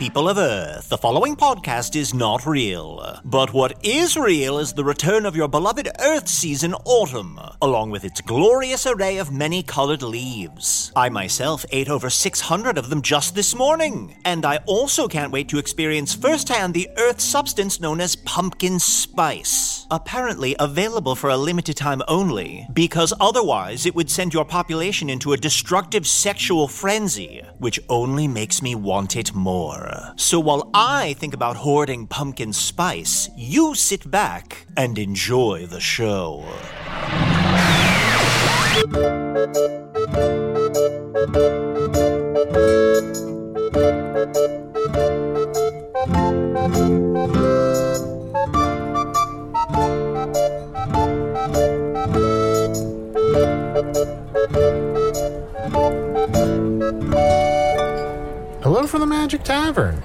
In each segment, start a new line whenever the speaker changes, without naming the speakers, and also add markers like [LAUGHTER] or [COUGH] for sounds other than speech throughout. People of Earth, the following podcast is not real. But what is real is the return of your beloved Earth season autumn, along with its glorious array of many colored leaves. I myself ate over 600 of them just this morning, and I also can't wait to experience firsthand the Earth substance known as pumpkin spice. Apparently available for a limited time only, because otherwise it would send your population into a destructive sexual frenzy, which only makes me want it more. So while I think about hoarding pumpkin spice, you sit back and enjoy the show.
Hello from the Magic Tavern,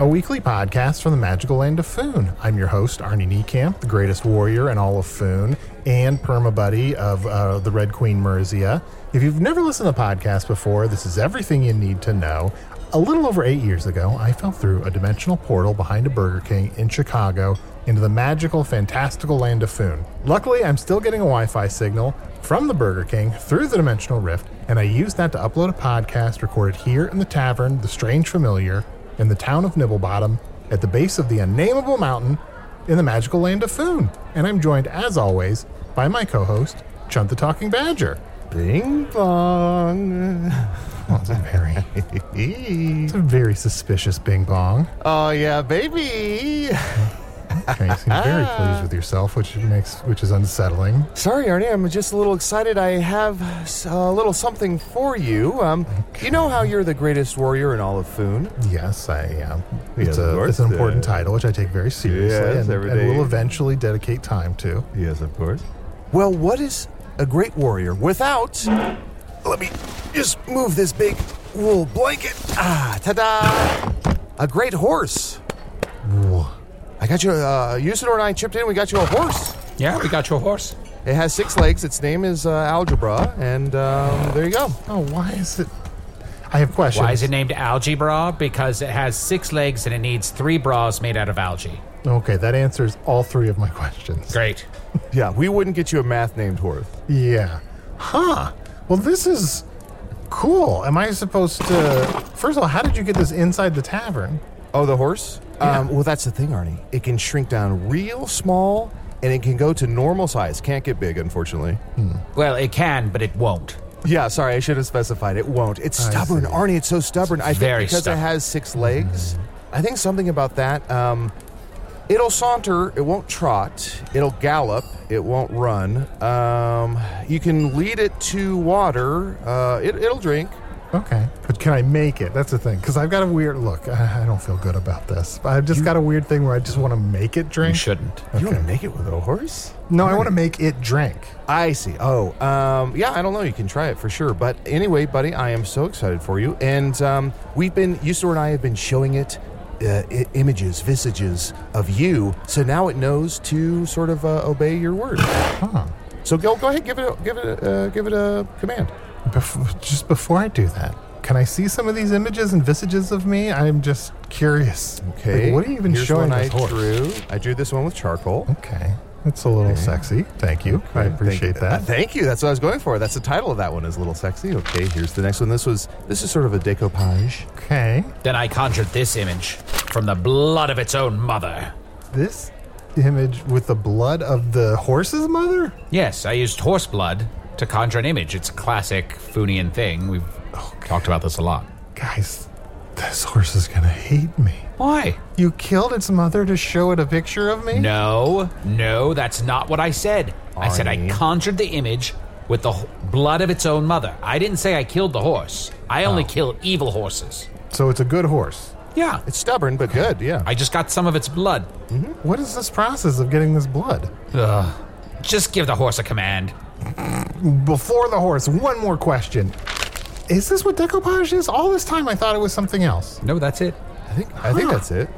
a weekly podcast from the magical land of Foon. I'm your host, Arnie Niekamp, the greatest warrior in all of Foon, and perma buddy of uh, the Red Queen Merizia. If you've never listened to the podcast before, this is everything you need to know. A little over eight years ago, I fell through a dimensional portal behind a Burger King in Chicago into the magical, fantastical land of Foon. Luckily, I'm still getting a Wi Fi signal from the Burger King through the dimensional rift, and I used that to upload a podcast recorded here in the tavern, The Strange Familiar, in the town of Nibblebottom, at the base of the unnameable mountain in the magical land of Foon. And I'm joined, as always, by my co host, Chunt the Talking Badger.
Bing bong.
Well, it's a
[LAUGHS]
very, it's a very suspicious bing bong.
oh yeah, baby.
Okay, you seem
[LAUGHS]
very pleased with yourself, which makes which is unsettling.
Sorry, Arnie, I'm just a little excited. I have s- a little something for you. Um, you know how you're the greatest warrior in all of Foon.
Yes, I am.
Yeah,
It's,
of
a,
course,
it's an important
uh,
title, which I take very seriously,
yes,
and,
every
and
day.
will eventually dedicate time to.
Yes, of course. Well, what is a great warrior without? Let me just move this big wool blanket. Ah, ta-da! A great horse. I got you. Uh, Usador and I chipped in. We got you a horse.
Yeah, we got your horse.
It has six legs. Its name is uh, Algebra, and um, there you go.
Oh, why is it? I have questions.
Why is it named Algebra? Because it has six legs and it needs three bras made out of algae.
Okay, that answers all three of my questions.
Great.
Yeah, we wouldn't get you a math named horse.
Yeah. Huh. Well, this is cool. Am I supposed to? First of all, how did you get this inside the tavern?
Oh, the horse? Um, well, that's the thing, Arnie. It can shrink down real small, and it can go to normal size. Can't get big, unfortunately.
Well, it can, but it won't.
Yeah, sorry, I should have specified. It won't. It's stubborn, Arnie. It's so stubborn. I think
very
because
stubborn.
it has six legs. I think something about that. Um, it'll saunter. It won't trot. It'll gallop. It won't run. Um, you can lead it to water. Uh, it, it'll drink.
Okay, but can I make it? That's the thing, because I've got a weird look. I, I don't feel good about this. I've just got a weird thing where I just want to make it
You
drink.
shouldn't.
You want to make it with a horse?
No, I want to make it drink.
I see. Oh, um, yeah, I don't know. You can try it for sure. But anyway, buddy, I am so excited for you. And um, we've been, Yusor and I have been showing it uh, I- images, visages of you. So now it knows to sort of uh, obey your word. So go, go ahead, give it, a, give it, a, uh, give it a command.
Bef- just before I do that, can I see some of these images and visages of me? I'm just curious.
Okay.
Like, what are you even
Here's
showing
one I
this horse?
drew. I drew this one with charcoal.
Okay. It's a little sexy. Thank you. I appreciate
Uh,
that.
thank you. That's what I was going for. That's the title of that one. Is a little sexy. Okay. Here's the next one. This was. This is sort of a decoupage.
okay.
Then I conjured this image from the blood of its own mother.
This image with the blood of the horse's mother?
Yes, I used horse blood to conjure an image. It's a classic Funian thing. We've talked about this a lot.
Guys, this horse is going to hate me.
Why?
You killed its mother to show it a picture of me?
No, no, that's not what I said. I said I
Arnie.
conjured the image with the h- blood of its own mother. I didn't say I killed the horse. I only kill evil horses.
So it's a good horse.
Yeah,
It's stubborn but good. Yeah.
I just got some of its blood.
What is this process of getting this blood?
Just give the horse a command.
Before the horse, one more question. Is this what decoupage is? All this time I thought it was something else.
No, that's it.
I think. I think
Huh.
that's it.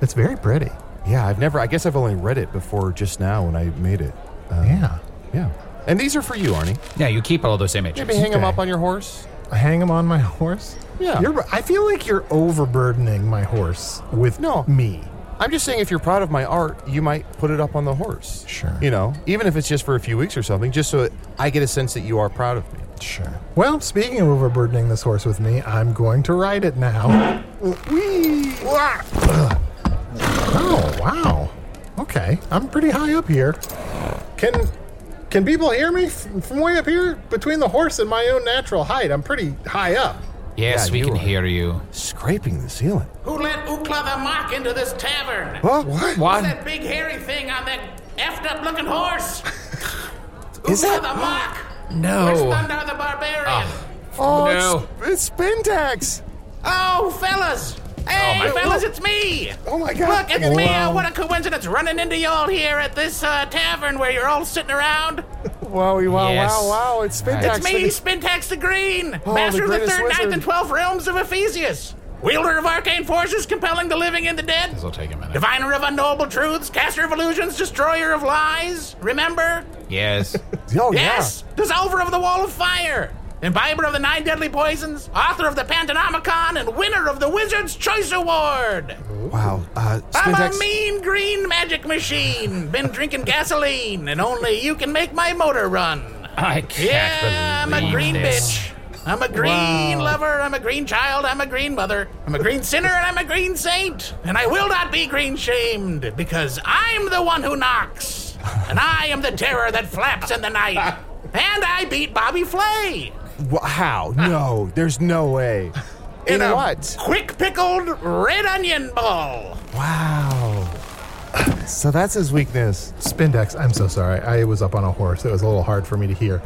It's very pretty.
Yeah. I've never. I guess I've only read it before just now when I made it. Um,
Yeah.
Yeah. And these are for you, Arnie.
Yeah, you keep all those images.
Maybe hang them
Okay.
up on your horse.
Hang him on my horse?
Yeah.
You're, I feel like you're overburdening my horse with
No.
me.
I'm just saying, if you're proud of my art, you might put it up on the horse.
Sure.
You know, even if it's just for a few weeks or something, just so I get a sense that you are proud of me.
Sure. Well, speaking of overburdening this horse with me, I'm going to ride it now. Whee! Wah! Ugh. Oh, wow. Okay, I'm pretty high up here. Can can people hear me f- from way up here between the horse and my own natural height? I'm pretty high up.
Yes,
Yeah,
we
you
can
are.
hear you.
Scraping the ceiling.
Who let Ukla the Mock into this tavern?
What? What?
What's
What?
that big hairy thing on that effed up looking horse?
Is that-
Ukla the Mock? It's
No.
Thunder the Barbarian.
Oh,
No.
it's, it's Spintax.
Oh, fellas! Hey, fellas, it's me!
Oh my God.
Look, it's me!
Wow.
Uh, what a coincidence running into y'all here at this uh, tavern where you're all sitting around.
Wowie, wow,
Yes.
wow, wow. It's Spintax.
It's me, Spintax the Green,
Oh,
master
the
of the
greatest
third, ninth,
wizard.
and twelfth realms of Ephesius, wielder of arcane forces, compelling the living and the dead,
This will take a minute.
diviner of unknowable truths, caster of illusions, destroyer of lies. Remember?
Yes.
Oh, yeah.
Yes, dissolver of the wall of fire, imbiber of the nine deadly poisons, author of the Pantonomicon, and winner of the Wizard's Choice Award.
Wow. Uh,
I'm
Spintax.
a mean green magic machine. Been drinking gasoline, and only you can make my motor run.
[LAUGHS] I can't
Yeah, I'm
believe
a green
this.
bitch. I'm a green lover. I'm a green child. I'm a green mother. I'm a green sinner, and I'm a green saint. And I will not be green shamed because I'm the one who knocks, and I am the terror that flaps in
[LAUGHS]
the night. And I beat Bobby Flay
Wha- how? No, there's no [LAUGHS] way. In
a
what?
quick pickled red onion ball.
Wow. So that's his weakness.
Spindex, I'm so sorry. I was up on a horse. It was a little hard for me to hear.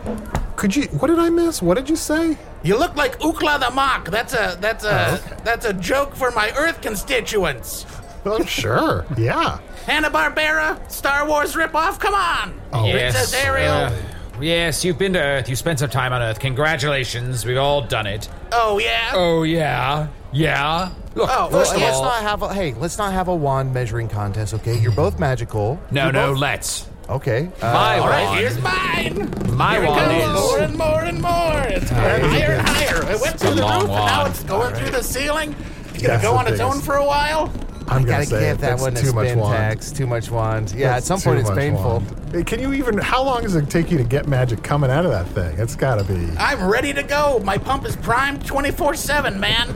Could you? What did I miss? What did you say?
You look like Ukla the Mock. That's a that's
Oh,
a that's a joke for my Earth constituents.
[LAUGHS]
Oh, sure. yeah.
Hanna Barbera, Star Wars ripoff. Come on, Princess
Oh, Yes.
Ariel.
uh, yes, you've been to Earth. You spent some time on Earth. Congratulations. We've all done it.
oh yeah.
Oh, yeah. Yeah. Look,
Oh,
first
well,
of
yes,
Let's
all.
not have a, hey, let's not have a wand measuring contest, okay? You're both magical.
no,
You're
no,
both-
let's.
okay. Uh,
My
All
wand.
right, here's mine.
My
Here it
wand
goes,
is-
more and more and more. It's going higher and higher. It went
a
through the
long
roof, and now
wand.
it's going through the ceiling. It's gonna
That's
go
the
on its
biggest.
own for a while.
I'm gonna
gotta
say
give
it.
that
That's
one to
too much wand.
Spintax. Too much wand. Yeah, at
That's
some
too
point it's
much
painful.
wand. Hey, Can you even? How long does it take you to get magic coming out of that thing? It's got to be.
Uh,
I'm ready to go. My pump is primed 24 7, man.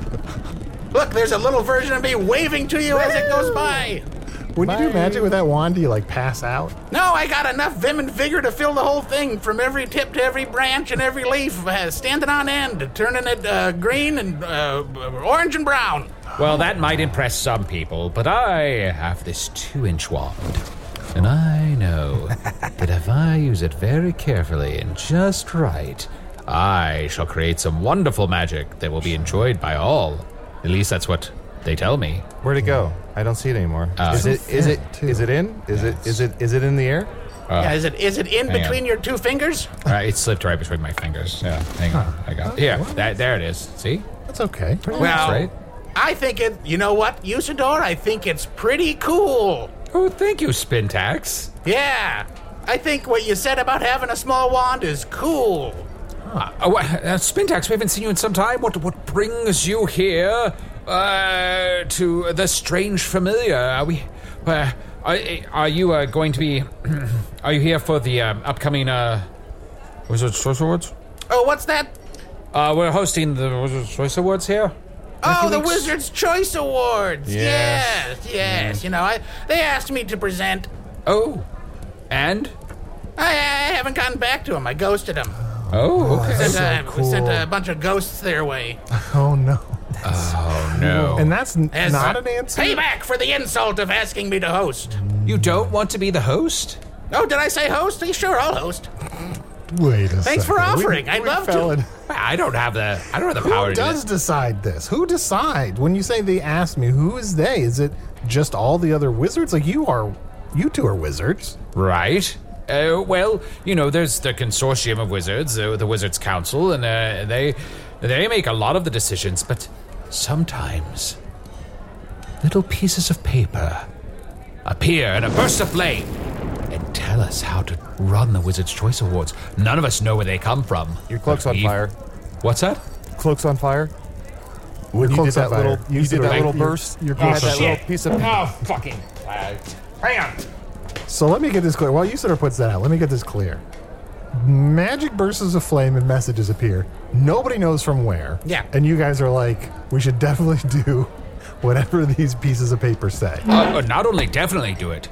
Look, there's a little version of me waving to you as it goes by.
When you do magic with that wand, do you like pass out?
No, I got enough vim and vigor to fill the whole thing from every tip to every branch and every leaf, uh, standing on end, turning it uh, green and uh, orange and brown.
Well, that might impress some people, but I have this two inch wand. And I know that if I use it very carefully and just right, I shall create some wonderful magic that will be enjoyed by all. At least that's what they tell me.
Where'd it go? I don't see it anymore. is it? Is it?
thin, too.
Is it in? Is it? Is it? Is it in the air?
Uh,
yeah, is it is it in
hang on.
between your two fingers?
Uh, it slipped right between my fingers. Yeah, hang on. I got it. Yeah, that, there it is. See?
That's okay.
Well,
right.
I think it. You know what, Usador? I think it's pretty cool.
Oh, thank you, Spintax.
Yeah, I think what you said about having a small wand is cool.
Ah, oh, uh, Spintax, we haven't seen you in some time. What what brings you here uh, to the strange familiar? Are we? Uh, are, are you uh, going to be? [CLEARS THROAT] are you here for the um, upcoming uh, Wizard Choice Awards?
Oh, what's that?
Uh, we're hosting the Wizard Choice Awards here.
Oh, the
weeks.
Wizard's Choice Awards.
Yes.
Yes, yes.
Mm.
You know, I, they asked me to present.
Oh, and
I, I haven't gotten back to him. I ghosted him.
oh, okay.
Sent, a, sent a bunch of ghosts their way.
Oh no.
Oh no.
And that's n- [LAUGHS]
As
not
a
an answer.
Payback for the insult of asking me to host.
You don't want to be the host?
Oh, did I say host? Sure, I'll host.
Wait a
Thanks for
second. We-
offering. I'd
we
love to.
fell in-
I don't have the I don't have the power
Who
to do
does
this.
decide this? Who decide? When you say they asked me, who is they? Is it just all the other wizards? Like you are, you two are wizards.
Right. Uh, well, you know, there's the consortium of wizards, uh, the Wizards Council, and uh, they they make a lot of the decisions, but sometimes little pieces of paper appear in a burst of flame and tell us how to run the Wizards Choice Awards. None of us know where they come from.
Your cloak's on
We-
fire.
What's that?
Cloak's on fire.
When
You did that little. You did that
Thank
little
you.
burst.
Your
Oh,
You had
cloak's on
that
fire.
little piece of.
Oh, fucking uh, hang on.
So let me get this clear. While you sort of puts that out, let me get this clear. Magic bursts of flame and messages appear. Nobody knows from where.
Yeah.
And you guys are like, we should definitely [LAUGHS] do whatever these pieces of paper say.
Uh, uh, not only definitely do it,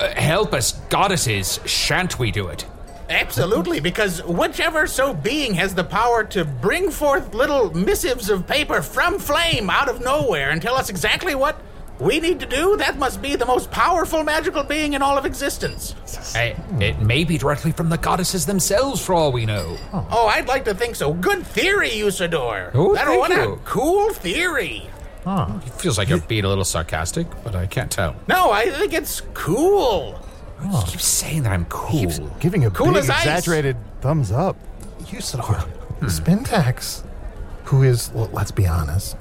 uh, help us, goddesses, shan't we do it?
Absolutely, because whichever so being has the power to bring forth little missives of paper from flame out of nowhere and tell us exactly what we need to do, that must be the most powerful magical being in all of existence.
Uh, it may be directly from the goddesses themselves, for all we know.
Oh, I'd like to think so. Good theory, Usador.
Oh,
That-
thank
what a
you.
cool theory.
It feels like you're being a little sarcastic, but I can't tell.
No, I think it's cool.
You
Oh,
keep saying that I'm cool.
Giving a
Cool
big
as ice.
exaggerated thumbs up.
Usador, Hmm. Spintax, who is, well, let's be honest,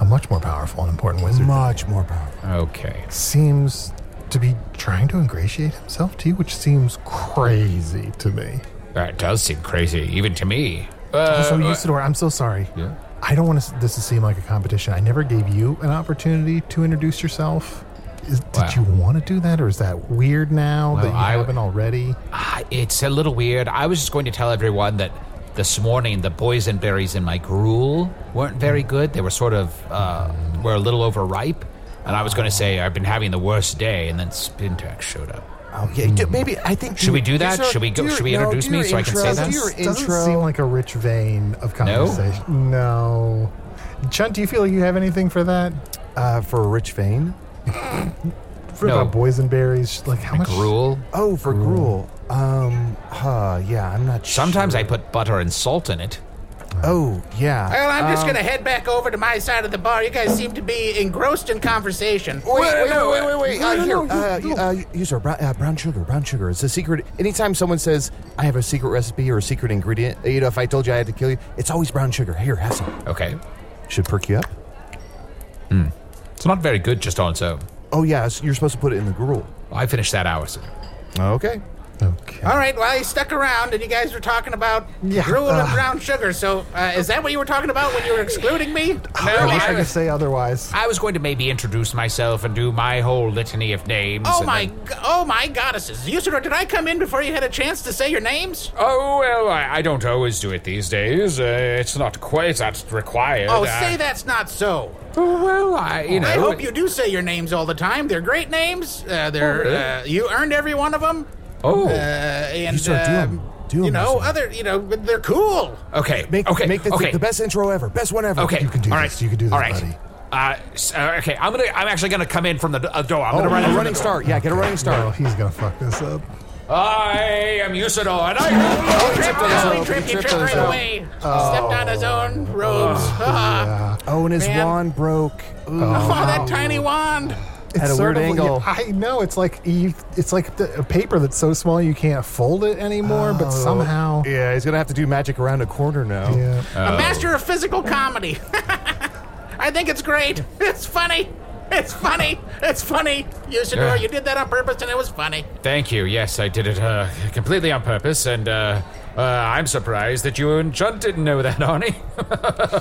a much more powerful and important wizard,
Much more powerful.
Okay.
seems to be trying to ingratiate himself to you, which seems crazy to me.
That does seem crazy, even to me.
Also,
Uh,
Usador, I'm so sorry. I don't want to, this to seem like a competition. I never gave you an opportunity to introduce yourself. Is, did
Wow.
you want to do that, or is that weird now that you
I-
haven't already?
Ah, it's a little weird. I was just going to tell everyone that this morning the boysenberries in my gruel weren't very good. They were sort of, uh, were a little overripe. And I was going to say I've been having the worst day, and then Spintax showed up.
Oh yeah. d- Maybe I think.
Should we do that? Should we go- should we introduce me so I can say that?
Do your
It doesn't
intro.
seem like a rich vein of conversation. No. Chunt, do you feel like you have anything for that?
uh, for Rich Vane.
For
No.
about boysenberries? Like how much?
Gruel.
Oh, for gruel. Um. Uh, yeah. I'm not.
Sometimes
sure.
I put butter and salt in it.
Oh yeah.
Well, I'm
Um,
just gonna head back over to my side of the bar. You guys seem to be engrossed in conversation.
Wait, wait,
no,
wait, wait, wait.
no,
Uh,
no,
here,
no,
uh,
no.
uh, user, brown, uh, brown sugar, brown sugar. It's a secret. Anytime someone says, I have a secret recipe or a secret ingredient, you know, if I told you I had to kill you, it's always brown sugar. Here, have some.
Okay.
Should perk you up.
It's not very good just on its own.
Oh, yeah, so you're supposed to put it in the gruel.
I finished that hours ago.
Okay.
Okay.
All right, well, I stuck around, and you guys were talking about
Yeah,
gruel and
uh,
brown sugar. So, uh, is that what you were talking about when you were excluding me? No,
I wish I
I-
could say otherwise.
I was going to maybe introduce myself and do my whole litany of names.
oh
and
my,
then-
g- oh my goddesses, Usador, did I come in before you had a chance to say your names?
Oh well, I, I don't always do it these days. Uh, it's not quite that required.
Oh,
Uh,
say that's not so.
Oh, well, I you know.
I hope you do say your names all the time. They're great names. Uh, they're
really?
uh, you earned every one of them.
Oh,
Uh, and
Usador, do 'em.
um,
Do 'em,
you know
Usador.
other you know they're cool.
okay.
Make,
okay.
make this
okay.
the best intro ever. Best one ever.
Okay.
You can do
All
this.
right.
You can do this,
All right.
buddy.
Uh, s- uh, okay. I'm gonna. I'm actually gonna come in from the d- uh, door. I'm
Oh,
gonna run in
a
from
running
the door.
start. Yeah, get a running
No,
start.
he's going to fuck this up.
I am Usador, and I.
He tripped,
on his
oh, he
own.
tripped, he
He tripped
tripped
on his
right
own.
away. Stepped on his own robes. [LAUGHS] Oh,
Oh, and his
Man.
wand broke. Ooh.
[LAUGHS] that tiny wand.
It's
Uh, At a
sort
weird
of-
angle.
yeah, I know it's like you, it's like the, a paper that's so small you can't fold it anymore,
Oh.
but somehow.
Yeah, he's going to have to do magic around a corner now.
Yeah.
A master of physical comedy. [LAUGHS] I I think it's great. It's funny. It's funny. It's funny. Usador,
Yeah.
you did that on purpose and it was funny.
Thank you. Yes, I did it uh, completely on purpose, and uh, uh, I'm surprised that you and Chunt didn't know
[LAUGHS]
that, Arnie.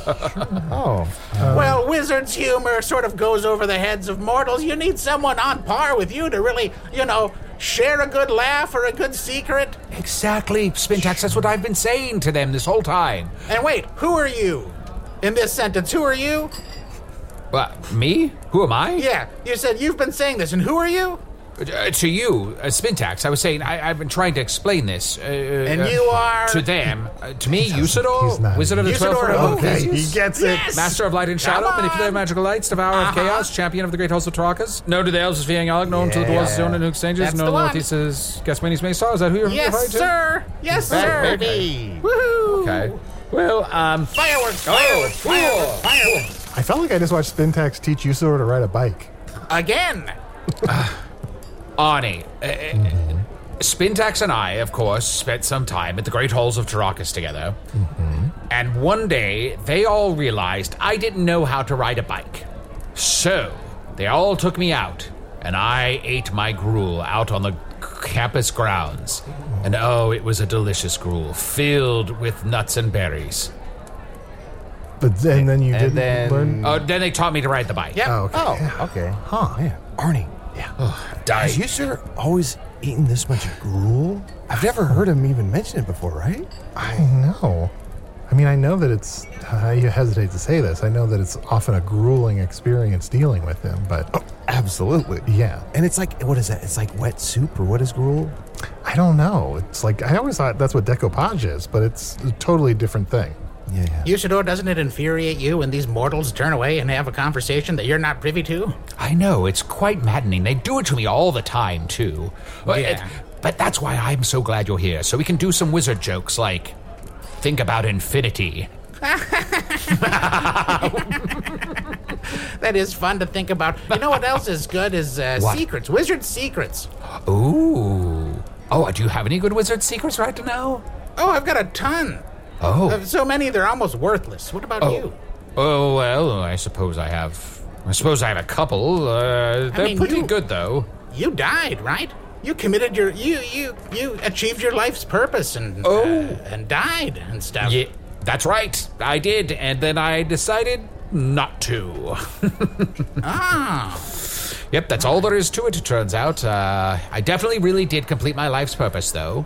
Oh,
well, wizard's humor sort of goes over the heads of mortals. You need someone on par with you to really, you know, share a good laugh or a good secret.
Exactly, Spintax. That's what I've been saying to them this whole time.
And wait, who are you? In this sentence, who are you?
What, me? Who am I?
Yeah, you said you've been saying this, and who are you?
Uh, to you, uh, Spintax. I was saying I, I've been trying to explain this. Uh,
And you are.
to them, uh, to me,
he's not-
Usador, Wizard of the Twelve
Usador,
Realms.
okay.
he gets it.
Yes!
Master of Light and Shadow,
Come on! Uh-huh.
Manipulator of Magical Lights, Devourer of Chaos, Champion of the Great Halls of Tarakas. No to the Elves of Fiang Alec, known to the Dwarves of Zone and Hook Strangers,
That's
known
the one.
Northeast as Gasmani's May Star. Is that who you're
Yes,
referring to?
sir. Yes, sir.
baby.
Woohoo.
Okay. Well, um,
Fireworks. Fireworks.
cool.
Fireworks. Fireworks.
I felt like I just watched Spintax teach Usador to ride a bike.
Again.
Arnie, uh, uh, Spintax and I, of course, spent some time at the Great Halls of Tarakas together. And one day, they all realized I didn't know how to ride a bike. So, they all took me out, and I ate my gruel out on the campus grounds. And oh, it was a delicious gruel, filled with nuts and berries.
But then, then you didn't
then-
learn.
Oh, then they taught me to ride the bike.
Yep.
Oh, okay.
Oh, okay. Huh. Yeah. Arnie. Yeah.
Die.
Has you, sir, always eaten this much gruel? I've never heard him even mention it before, right?
No. I mean, I know that it's. I hesitate to say this. I know that it's often a grueling experience dealing with them, but
Absolutely.
yeah.
And it's like, what is that? It's like wet soup, or what is gruel?
I don't know. It's like, I always thought that's what decoupage is, but it's a totally different thing.
Yeah. yeah.
Usador, doesn't it infuriate you when these mortals turn away and have a conversation that you're not privy to?
I know, it's quite maddening. They do it to me all the time, too. But,
Yeah.
but that's why I'm so glad you're here, so we can do some wizard jokes like think about infinity.
That is fun to think about. You know what else is good is uh, secrets, wizard secrets.
Ooh. Oh, do you have any good wizard secrets right now?
Oh, I've got a ton.
Oh.
So many, they're almost worthless. What about you?
Oh, well, I suppose I have. I suppose I have a couple. Uh, they're
mean,
pretty
you-
good, though.
You died, right? You committed your you you you achieved your life's purpose and uh, and died and stuff.
Yeah, that's right. I did, and then I decided not to.
Ah,
Yep, that's all there is to it, it turns out. Uh, I definitely really did complete my life's purpose, though.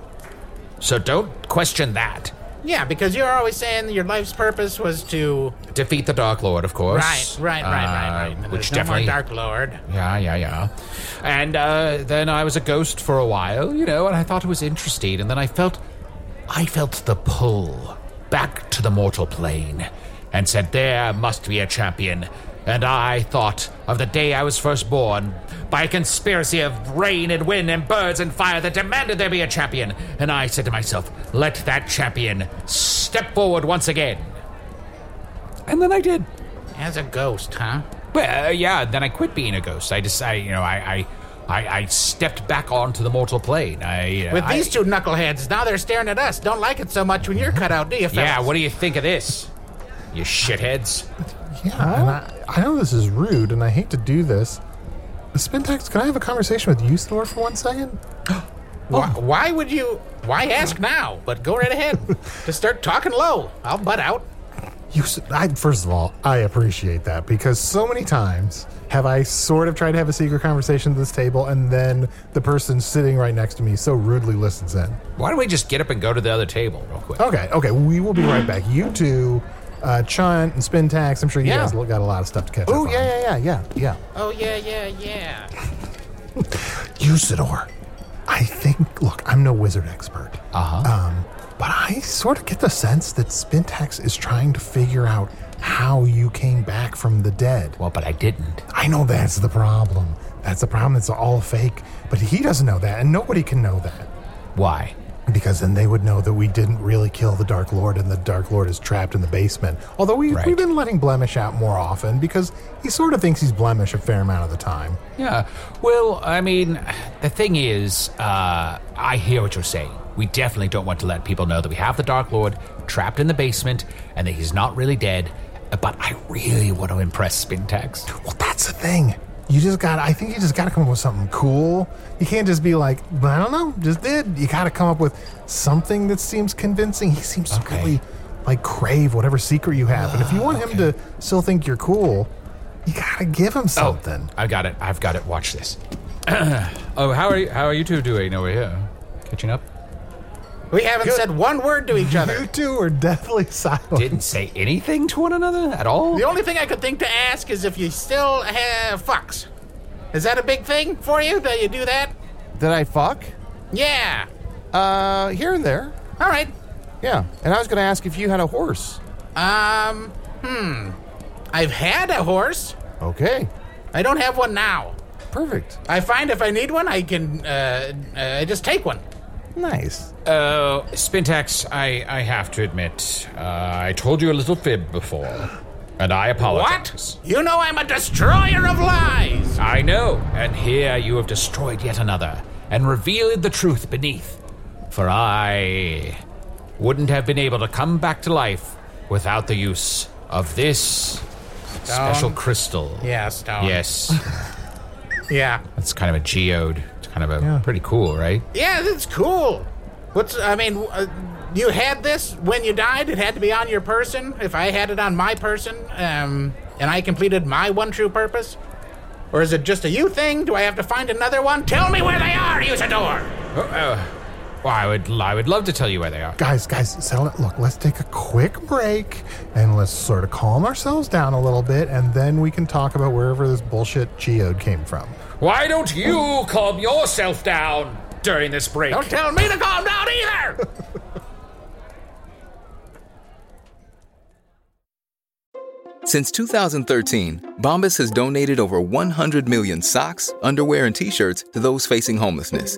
So don't question that.
yeah, because you're always saying your life's purpose was to
Defeat the Dark Lord, of course.
right, right, right, right, right.
Uh,
And
Which
there's
definitely.
no more Dark Lord.
Yeah, yeah, yeah. And uh, then I was a ghost for a while, you know, and I thought it was interesting. And then I felt. I felt the pull back to the mortal plane and said, There must be a champion. And I thought of the day I was first born by a conspiracy of rain and wind and birds and fire that demanded there be a champion. And I said to myself, Let that champion step forward once again. And then I did.
As a ghost, huh?
Well, uh, yeah. Then I quit being a ghost. I decided, you know, I, I, I, I stepped back onto the mortal plane. I uh,
With
I-
these two knuckleheads, now they're staring at us. Don't like it so much when you're cut out, do you? Fellas?
yeah. What do you think of this? You shitheads.
Yeah. And I, I know this is rude, and I hate to do this. Spintax, can I have a conversation with Usador for one second?
Why, why would you? Why ask now? But go
[LAUGHS]
right ahead. Just start talking low. I'll butt out.
You, s- I, first of all, I appreciate that because so many times have I sort of tried to have a secret conversation at this table, and then the person sitting right next to me so rudely listens in.
Why don't we just get up and go to the other table real
Oh.
quick?
Okay, okay, we will be right back. You two, uh, Chunt and Spin Tax, I'm sure you
Yeah.
guys got a lot of stuff to catch
Oh,
up on.
yeah, yeah, yeah, yeah, yeah.
Oh yeah, yeah, yeah.
Usador, I think, look, I'm no wizard expert. Uh
Uh-huh.
huh. Um, but I sort of get the sense that Spintax is trying to figure out how you came back from the dead.
Well, but I didn't.
I know that's the problem. That's the problem. It's all fake. But he doesn't know that, and nobody can know that.
Why?
Because then they would know that we didn't really kill the Dark Lord, and the Dark Lord is trapped in the basement. Although we,
Right.
we've been letting Blemish out more often because he sort of thinks he's Blemish a fair amount of the time.
Yeah. Well, I mean, the thing is, uh, I hear what you're saying. We definitely don't want to let people know that we have the Dark Lord trapped in the basement and that he's not really dead. but I really want to impress Spintax.
Well, that's the thing. You just got. I think you just got to come up with something cool. You can't just be like, "But I don't know, just did. You got to come up with something that seems convincing. He seems to
Okay.
really like crave whatever secret you have, and if you want him to still think you're cool, you got to give him something.
I got it. I've got it. Watch this. [CLEARS THROAT] oh, how are you? How are you two doing over here? Catching up?
We haven't said one word to each other.
[LAUGHS]
You two are definitely silent.
Didn't say anything to one another at all.
The only thing I could think to ask is if you still have fucks. Is that a big thing for you that you do that?
Did I fuck?
Yeah.
Uh, here and there.
All right.
Yeah. And I was going to ask if you had a horse.
Um, hmm. I've had a horse.
Okay.
I don't have one now.
Perfect.
I find if I need one, I can uh, uh, just take one.
Nice.
Oh, Spintax, I, I have to admit, uh, I told you a little fib before, and I apologize.
What? You know I'm a destroyer of lies.
I know, and here you have destroyed yet another, and revealed the truth beneath. For I wouldn't have been able to come back to life without the use of this special crystal.
Yeah, Stone.
Yes.
Yeah.
That's kind of a geode. It's kind of a pretty cool, right?
Yeah, that's cool. What's, I mean, uh, you had this when you died? It had to be on your person? If I had it on my person, um, and I completed my one true purpose? Or is it just a you thing? Do I have to find another one? Tell me where they are, Usador!
Oh, uh, well, I would I would love to tell you where they are.
Guys, guys, settle it. Look, let's take a quick break and let's sort of calm ourselves down a little bit, and then we can talk about wherever this bullshit geode came from.
Why don't you calm yourself down during this break?
Don't tell me to calm down either!
Since 2013, Bombas has donated over 100 million socks, underwear, and t shirts to those facing homelessness.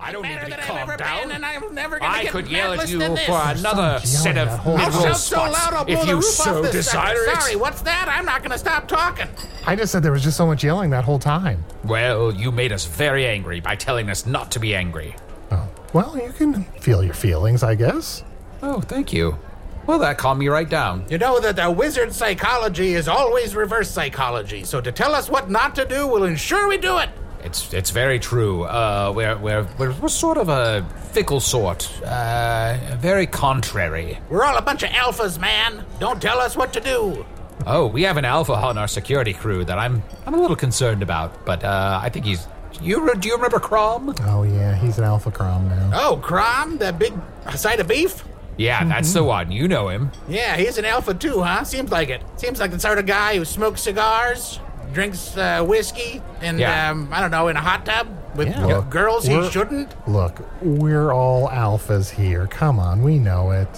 I don't need
Better
to be
than I've
calmed
ever
down.
been, and I'm never gonna
I
get
could yell at
medalist
you
in this.
for another set
yelling
of
that whole
I'll
mineral
shout so loud I'll
spots
blow
if
the
you
roof
so
off this
desire
second.
it.
Sorry, what's that? I'm not gonna stop talking.
I just said there was just so much yelling that whole time.
Well, you made us very angry by telling us not to be angry.
Oh, well, you can feel your feelings, I guess.
Oh, thank you. Well, that calmed me right down.
You know that the wizard psychology is always reverse psychology, so to tell us what not to do will ensure we do it.
It's it's very true. Uh, we're, we're, we're, we're sort of a fickle sort, uh, very contrary.
We're all a bunch of alphas, man. Don't tell us what to do.
Oh, we have an alpha on our security crew that I'm I'm a little concerned about, but uh, I think he's. You re- do you remember Crom?
Oh, yeah, he's an alpha crom now.
Oh, Crom, that big side of beef?
Yeah, that's the one. You know him.
Yeah, he's an alpha too, huh? Seems like it. Seems like the sort of guy who smokes cigars, drinks uh, whiskey, and
Yeah.
um, I don't know, in a hot tub with
Yeah.
g-
Look,
girls he
we're-
shouldn't.
Look, we're all alphas here. Come on, we know it.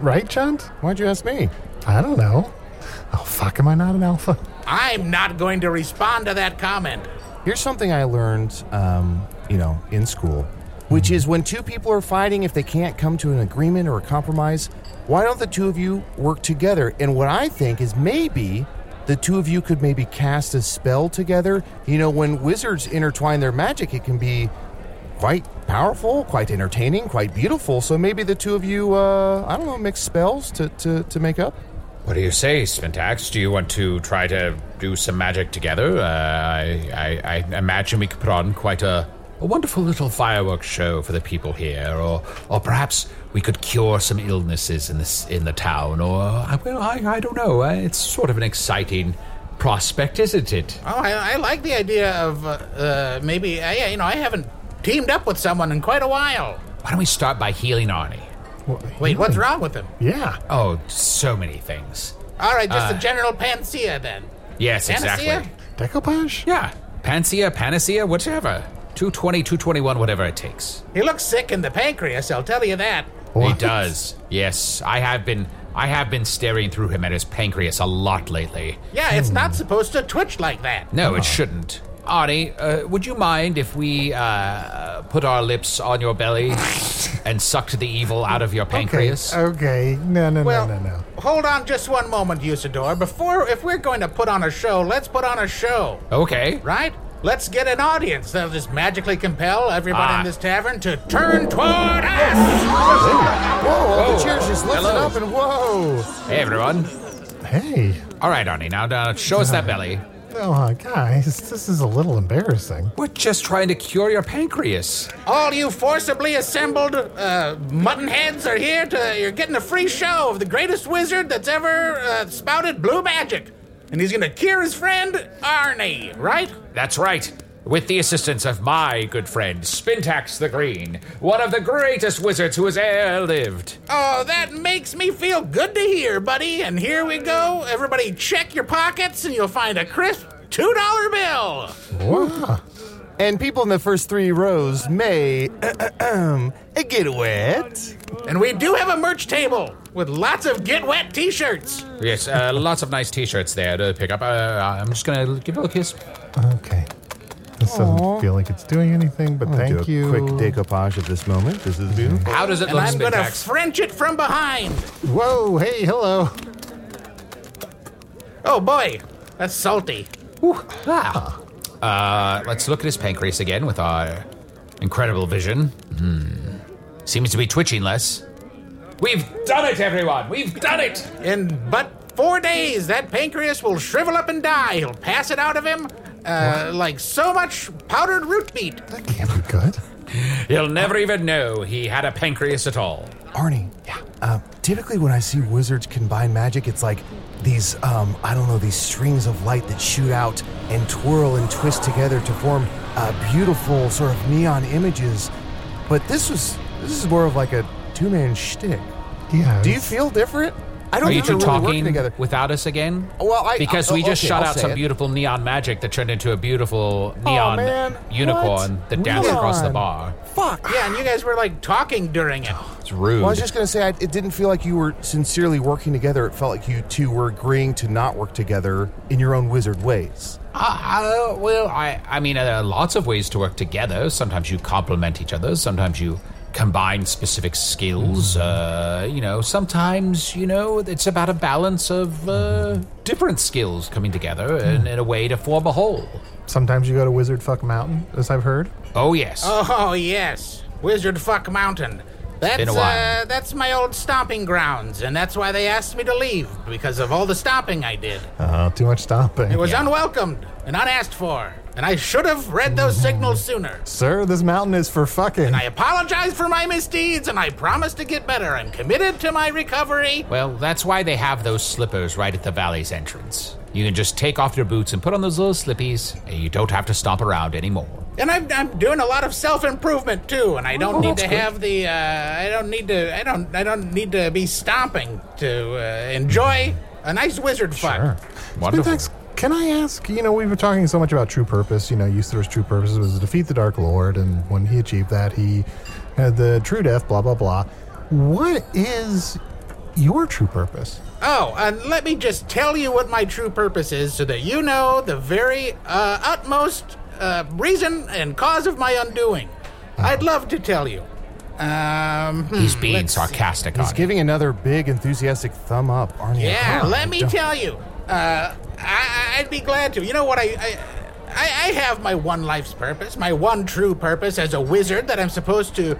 Right, Chunt?
Why'd you ask me?
I don't know. Oh, fuck, am I not an alpha?
I'm not going to respond to that comment.
Here's something I learned, um, you know, in school, which
Hmm.
is when two people are fighting, if they can't come to an agreement or a compromise, why don't the two of you work together? And what I think is maybe the two of you could maybe cast a spell together. You know, when wizards intertwine their magic, it can be quite powerful, quite entertaining, quite beautiful. So maybe the two of you, uh, I don't know, mix spells to, to, to make up.
What do you say, Spintax? Do you want to try to do some magic together? Uh, I, I, I imagine we could put on quite a, a wonderful little fireworks show for the people here, or or perhaps we could cure some illnesses in this in the town, or I, well, I, I don't know. Uh, It's sort of an exciting prospect, isn't it?
Oh, I, I like the idea of uh, uh, maybe I, you know I haven't teamed up with someone in quite a while.
Why don't we start by healing Arnie?
Wait, what's wrong with him?
Yeah.
Oh, so many things.
All right,
Uh,
just a general panacea then.
Yes,
Panacea?
exactly.
Decoupage?
Yeah. Panacea, panacea, whichever. 220, 221, whatever it takes.
He looks sick in the pancreas. I'll tell you that.
He does. Yes, I have been I have been staring through him at his pancreas a lot lately.
Yeah, it's not supposed to twitch like that.
Hmm. No, it shouldn't. Arnie, uh, would you mind if we uh, put our lips on your belly and sucked the evil out of your pancreas?
Uh, Okay. No, no,
Well,
no, no, no.
hold on just one moment, Usador. Before, if we're going to put on a show, let's put on a show,
Okay.
right? Let's get an audience that'll just magically compel everybody
Ah.
in this tavern to turn toward us.
Whoa,
Whoa.
the chairs just lifted
Hello.
up and whoa.
Hey, everyone.
Hey.
All right, Arnie, now, now show us that belly.
Oh, guys, this is a little embarrassing.
We're just trying to cure your pancreas.
All you forcibly assembled uh, mutton heads are here to. You're getting a free show of the greatest wizard that's ever uh, spouted blue magic, and he's gonna cure his friend Arnie, right?
That's right. With the assistance of my good friend, Spintax the Green, one of the greatest wizards who has e'er lived.
Oh, that makes me feel good to hear, buddy. And here we go. Everybody, check your pockets, and you'll find a crisp $2 bill.
And people in the first three rows may [CLEARS THROAT] get wet.
And we do have a merch table with lots of get wet t shirts.
Yes, uh, lots of nice t shirts there to pick up. Uh, I'm just going to give it a kiss.
Okay. This doesn't feel like it's doing anything, but thank
Do a
you.
Quick decoupage of this moment. This is beautiful.
How does it
And
look,
I'm going to
Spintax?
French it from behind.
Whoa, hey, hello.
Oh, boy. That's salty.
Wow. Uh, let's look at his pancreas again with our incredible vision. Hmm. Seems to be twitching less. We've done it, everyone! We've done it!
In but four days, that pancreas will shrivel up and die. He'll pass it out of him uh, like so much powdered root meat.
That can't be good.
He'll never even know he had a pancreas at all.
Arnie. Yeah. Uh, typically, when I see wizards combine magic, it's like these, um, I don't know, these strings of light that shoot out and twirl and twist together to form uh, beautiful sort of neon images. But this was, this is more of like a two-man shtick.
Yeah.
Do you feel different? I don't
Are you
think
two
they're really working
talking
together.
without us again?
Well, I-
because
oh,
we just
okay,
shot
I'll
out
say
some
it.
beautiful neon magic that turned into a beautiful neon
man,
unicorn
what?
that danced across the
Neon.
bar.
Fuck.
Yeah, and you guys were like talking during it.
It's rude.
Well, I was just gonna say I, it didn't feel like you were sincerely working together. It felt like you two were agreeing to not work together in your own wizard ways.
Uh, uh, well, I, I mean, uh, there are lots of ways to work together. Sometimes you complement each other. Sometimes you combine specific skills.
Mm-hmm.
Uh, you know, sometimes you know it's about a balance of uh,
Mm-hmm.
different skills coming together in, in a way to form a whole.
Sometimes you go to Wizard Fuck Mountain, as I've heard.
Oh yes,
[LAUGHS] Oh yes, Wizard Fuck Mountain. That's
Been a while.
Uh, that's my old stomping grounds, and that's why they asked me to leave because of all the stomping I did.
Uh, too much stopping.
It was unwelcomed and unasked for, and I should have read those signals sooner.
Sir, this mountain is for fucking.
I apologize for my misdeeds, and I promise to get better. I'm committed to my recovery.
Well, that's why they have those slippers right at the valley's entrance. You can just take off your boots and put on those little slippies, and you don't have to stomp around anymore.
And I'm, I'm doing a lot of self improvement too, and I don't need to have the uh, I don't need to I don't I don't need to be stomping to uh, enjoy a nice wizard fuck.
Wonderful.
Spintax, can I ask? You know, we were talking so much about true purpose. You know, Usador's true purpose was to defeat the Dark Lord, and when he achieved that, he had the true death, blah, blah, blah. What is your true purpose?
Oh, and let me just tell you what my true purpose is so that you know the very uh, utmost uh, reason and cause of my undoing. I'd love to tell you. Um, hmm,
He's being
let's see.
sarcastic on
He's
it.
giving another big enthusiastic thumb up, Arnie.
Yeah,
Come on,
let me
don't-
tell you. Uh, I, I'd be glad to. You know what? I, I, I I have my one life's purpose, my one true purpose as a wizard that I'm supposed to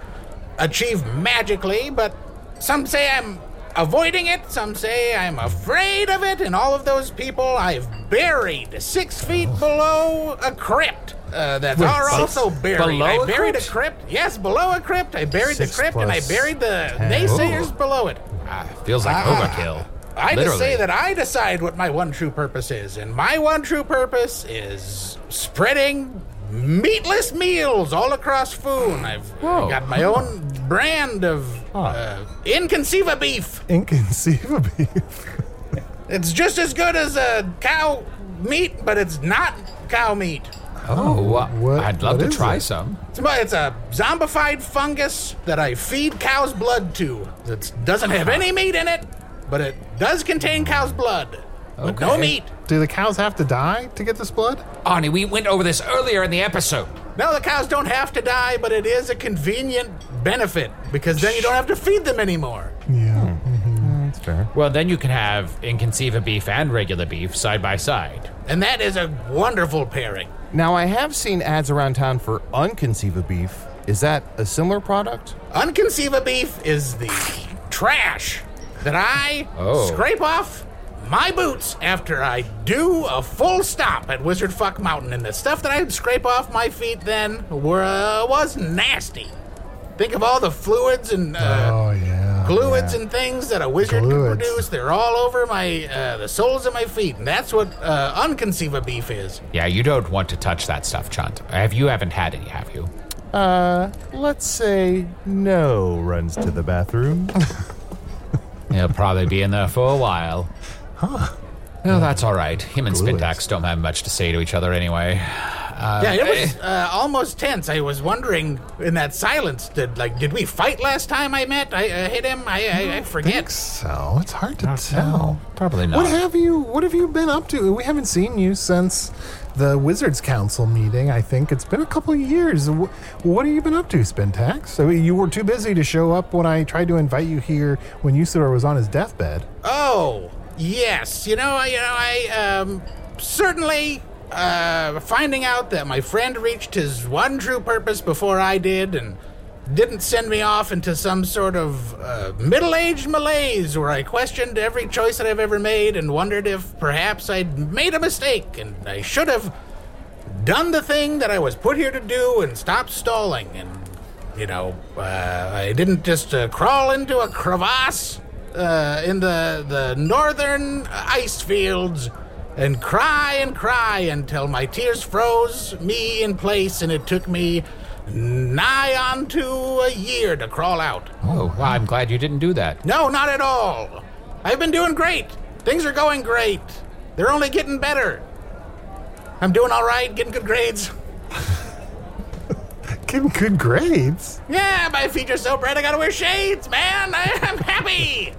achieve magically, but some say I'm avoiding it, some say I'm afraid of it, and all of those people I've buried six feet
Oh.
below a crypt. Uh, that are also buried.
below
I
a
buried
crypt?
a crypt. Yes, below a crypt. I buried
Six
the crypt and I
plus
buried the
ten.
naysayers below it.
Ah, feels like overkill.
I just say
Literally.
that I decide what my one true purpose is, and my one true purpose is spreading meatless meals all across Foon. I've
Whoa.
got my own brand of uh, inconceivable beef.
[LAUGHS] Inconceivably. [LAUGHS]
It's just as good as a cow meat, but it's not cow meat.
Oh, uh,
what-
I'd love
what
to
is
try
it?
some.
It's, my- it's a zombified fungus that I feed cow's blood to. It doesn't have any meat in it, but it does contain cow's blood. But no
Okay.
meat.
Do the cows have to die to get this blood?
Arnie, we went over this earlier in the episode.
No, the cows don't have to die, but it is a convenient benefit because then you don't have to feed them anymore.
Yeah.
That's fair.
Well, then you can have inconceivable beef and regular beef side by side.
And that is a wonderful pairing.
Now, I have seen ads around town for Unconceivable Beef. Is that a similar product?
Unconceivable beef is the trash that I
Oh.
scrape off my boots after I do a full stop at Wizard Fuck Mountain. And the stuff that I'd scrape off my feet then were, uh, was nasty. Think of all the fluids and uh,
Oh, yeah.
fluids
yeah.
and things that a wizard
Fluids.
can produce. They're all over my uh, the soles of my feet, and that's what uh, unconceivable beef is.
Yeah, you don't want to touch that stuff, Chunt. Have you haven't had any, have you?
Uh, let's say no runs to the
[LAUGHS]
bathroom.
He'll probably be in there for a while. Huh. No, that's all right. Him and
Fluids.
Spintax don't have much to say to each other anyway.
yeah, it was uh, almost tense. I was wondering in that silence, did like did we fight last time I met? I uh, hit him. I I, I forget.
So it's hard to tell.
Probably not.
What have you? What have you been up to? We haven't seen you since the Wizards Council meeting. I think it's been a couple of years. Wh- What have you been up to, Spintax? So you were too busy to show up when I tried to invite you here when Usador was on his deathbed.
Oh yes, you know I you know I um certainly. Uh, finding out that my friend reached his one true purpose before I did, and didn't send me off into some sort of uh, middle aged malaise where I questioned every choice that I've ever made and wondered if perhaps I'd made a mistake and I should have done the thing that I was put here to do and stopped stalling. And, you know, uh, I didn't just uh, crawl into a crevasse uh, in the, the northern ice fields. And cry and cry until my tears froze me in place, and it took me nigh on to a year to crawl out.
Oh, well, I'm glad you didn't do that.
No, not at all. I've been doing great. Things are going great. They're only getting better. I'm doing all right, getting good grades.
Getting good grades.
Yeah, my feet are so bright I gotta wear shades, man. [LAUGHS] I am happy.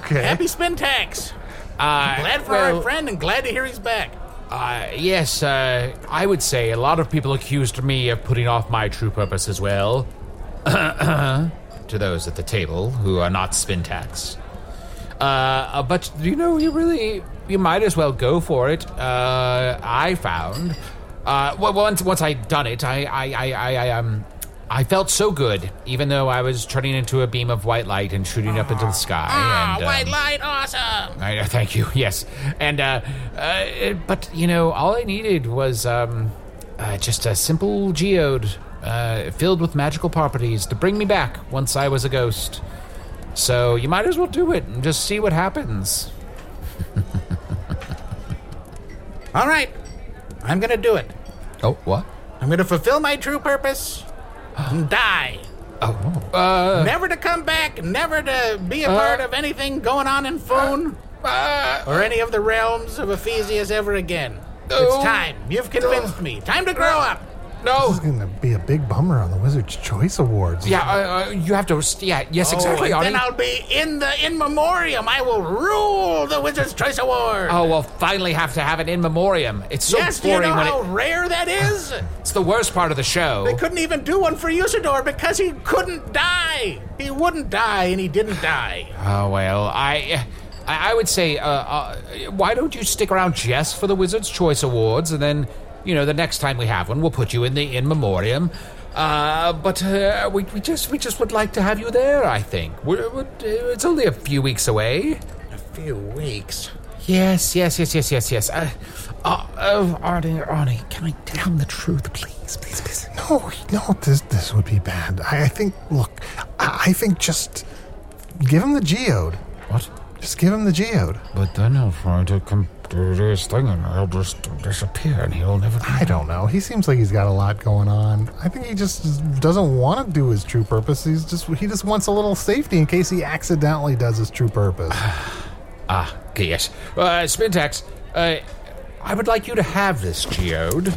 Okay.
Happy spin tax.
Uh,
Glad for
well,
our friend and glad to hear he's back.
Uh, yes, uh, I would say a lot of people accused me of putting off my true purpose as well. [CLEARS THROAT] to those at the table who are not Spintax. Uh, uh, but you know, you really you might as well go for it. Uh, I found. Uh, well, once once I'd done it, I I, I, I I um I felt so good, even though I was turning into a beam of white light and shooting up into the sky.
Ah,
and, um,
white light, awesome.
I, uh, thank you. [LAUGHS] Yes, and uh, uh, but you know, all I needed was um, uh, just a simple geode uh, filled with magical properties to bring me back once I was a ghost. So you might as well do it and just see what happens. [LAUGHS]
All right, I'm gonna do it.
Oh, what?
I'm gonna fulfill my true purpose [GASPS] and die. Oh.
Uh,
never to come back, never to be a part of anything going on in Foon
Uh,
or any of the realms of Ephesius ever again.
Oh.
It's time. You've convinced me. Time to grow up.
This is going to be a big bummer on the Wizards Choice Awards.
Yeah, uh, uh, you have to. Yeah, yes, exactly,
Oh, and
Arnie.
then I'll be in the in memoriam. I will rule the Wizard's Choice Award.
Oh, we'll finally have to have it in memoriam. It's so
yes, do you
boring
know
when
how
it,
rare that is?
it's the worst part of the show.
They couldn't even do one for Usador because he couldn't die. He wouldn't die, and he didn't die.
Oh well, I. I I would say, uh, uh, why don't you stick around just for the Wizard's Choice Awards, and then, you know, the next time we have one, we'll put you in the in memoriam. Uh, but uh, we, we just we just would like to have you there. I think we're, we it's only a few weeks away.
A few weeks.
Yes, yes, yes, yes, yes, yes. Uh, uh, oh, Arnie, Arnie, can I tell him the truth, please, please, please?
No, no, this this would be bad. I, I think. Look, I, I think just give him the geode.
What?
Just give him the geode.
But then he'll try to com- do this thing and he'll just disappear and he'll never.
I don't know. He seems like he's got a lot going on. I think he just doesn't want to do his true purpose. He's just he just wants a little safety in case he accidentally does his true purpose.
Ah, okay, yes. Uh, Spintax, uh, I would like you to have this geode.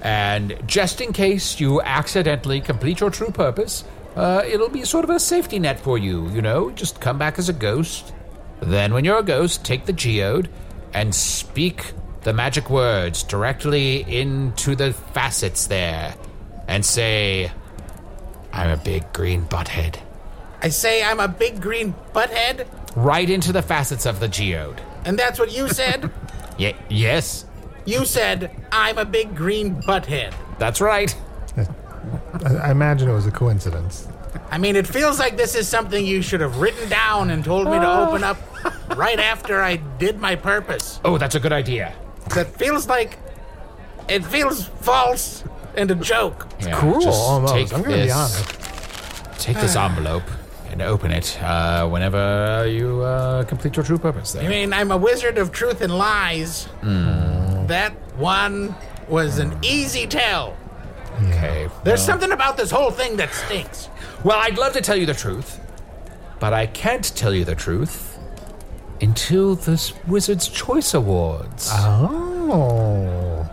And just in case you accidentally complete your true purpose, uh, it'll be sort of a safety net for you, you know? Just come back as a ghost. Then, when you're a ghost, take the geode and speak the magic words directly into the facets there and say, I'm a big green butthead.
I say I'm a big green butthead,
Right into the facets of the geode.
and that's what you said.
Ye- yes,
you said I'm a big green butthead.
that's right.
I, I imagine it was a coincidence.
I mean, it feels like this is something you should have written down and told me
Oh.
to open up right after I did my purpose.
Oh, that's a good idea.
That feels like it feels false and a joke.
Yeah,
cruel,
just
almost.
Take
I'm gonna be
this,
honest.
Take
[SIGHS]
this envelope and open it uh, whenever you uh, complete your true purpose. There.
I mean, I'm a wizard of truth and lies. That one was an easy tell.
okay.
There's something about this whole thing that stinks.
Well, I'd love to tell you the truth, but I can't tell you the truth until this Wizard's Choice Awards.
Uh-huh. Oh.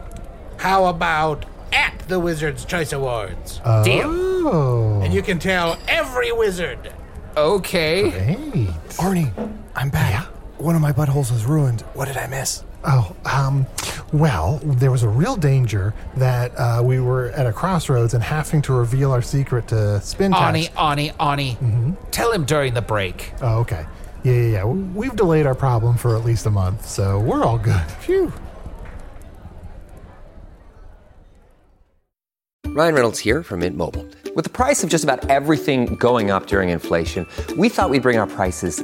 How about at the Wizard's Choice Awards?
Deal.
Oh.
and you can tell every wizard.
Okay.
Great.
Arnie, I'm back. One of my buttholes was ruined. What did I miss?
Oh, um, well, there was a real danger that uh, we were at a crossroads and having to reveal our secret to Spin
Arnie, Arnie, Arnie.
Mm-hmm.
Tell him during the break.
Oh, okay. Yeah, yeah, yeah. We- We've delayed our problem for at least a month, so we're all good. Phew.
Ryan Reynolds here from Mint Mobile. With the price of just about everything going up during inflation, we thought we'd bring our prices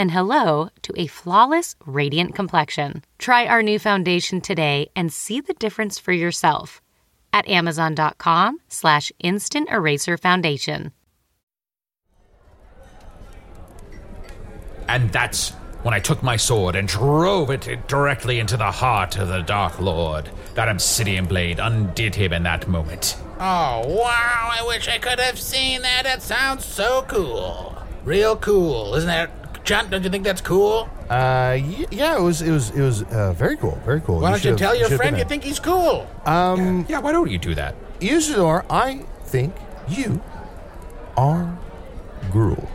and hello to a flawless, radiant complexion. Try our new foundation today and see the difference for yourself at amazon.com slash instant eraser foundation.
And that's when I took my sword and drove it directly into the heart of the Dark Lord. That obsidian blade undid him in that moment.
Oh, wow, I wish I could have seen that. That sounds so cool. Real cool. Isn't that, John, don't you think that's cool?
Uh, y- yeah, it was, it was, it was uh, very cool, very cool.
Why don't you
should've-
tell your
should've
friend
been
you
there.
think he's cool?
Yeah, why don't you do that?
Usador, I think you are gruel.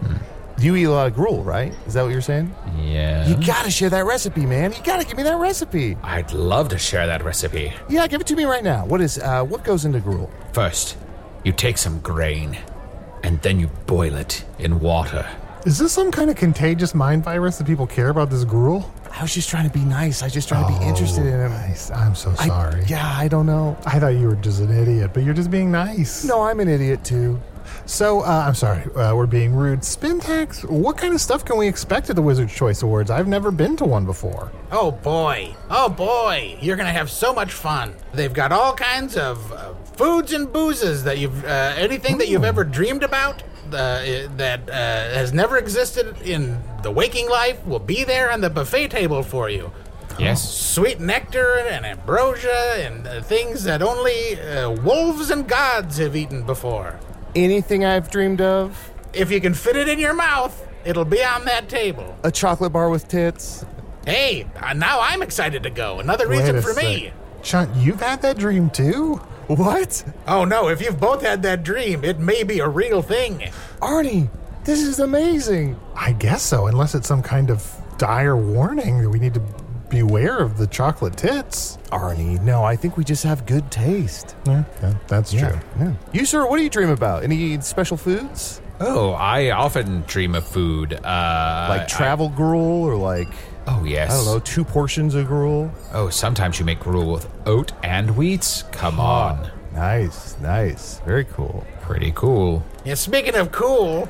Hmm. You eat a lot of gruel, right? Is that what you're saying?
Yeah.
You gotta share that recipe, man. You gotta give me that recipe.
I'd love to share that recipe.
Yeah, give it to me right now. What is uh, what goes into gruel?
First, you take some grain, and then you boil it in water.
Is this some kind of contagious mind virus that people care about this gruel?
I was just trying to be nice. I was just trying to be interested in him.
Nice. Oh, I'm so
I-
sorry.
yeah, I don't know.
I thought you were just an idiot, but you're just being nice.
No, I'm an idiot too.
So, uh, I'm sorry, uh, we're being rude. Spintax, what kind of stuff can we expect at the Wizard's Choice Awards? I've never been to one before.
Oh boy, oh boy, you're gonna have so much fun. They've got all kinds of uh, foods and boozes that you've, uh, anything that you've ever dreamed about uh, i- that uh, has never existed in the waking life will be there on the buffet table for you.
Oh.
Yes?
Sweet nectar and ambrosia and uh, things that only uh, wolves and gods have eaten before.
Anything I've dreamed of?
If you can fit it in your mouth, it'll be on that table.
A chocolate bar with tits.
Hey, uh, now I'm excited to go. Another
Wait
reason
a
for
sec.
me.
Chunt, you've had that dream too?
What?
Oh no, if you've both had that dream, it may be a real thing.
Arnie, this is amazing.
I guess so, unless it's some kind of dire warning that we need to beware of the chocolate tits.
Arnie, no, I think we just have good taste.
Yeah, that- that's
Yeah,
true.
yeah. You, sir, what do you dream about? Any special foods?
Oh, I often dream of food. Uh,
Like travel gruel or like,
oh, yes.
I don't know, two portions of gruel?
Oh, sometimes you make gruel with oat and wheats. Come on.
Nice, nice. Very cool.
Pretty cool.
Yeah, speaking of cool,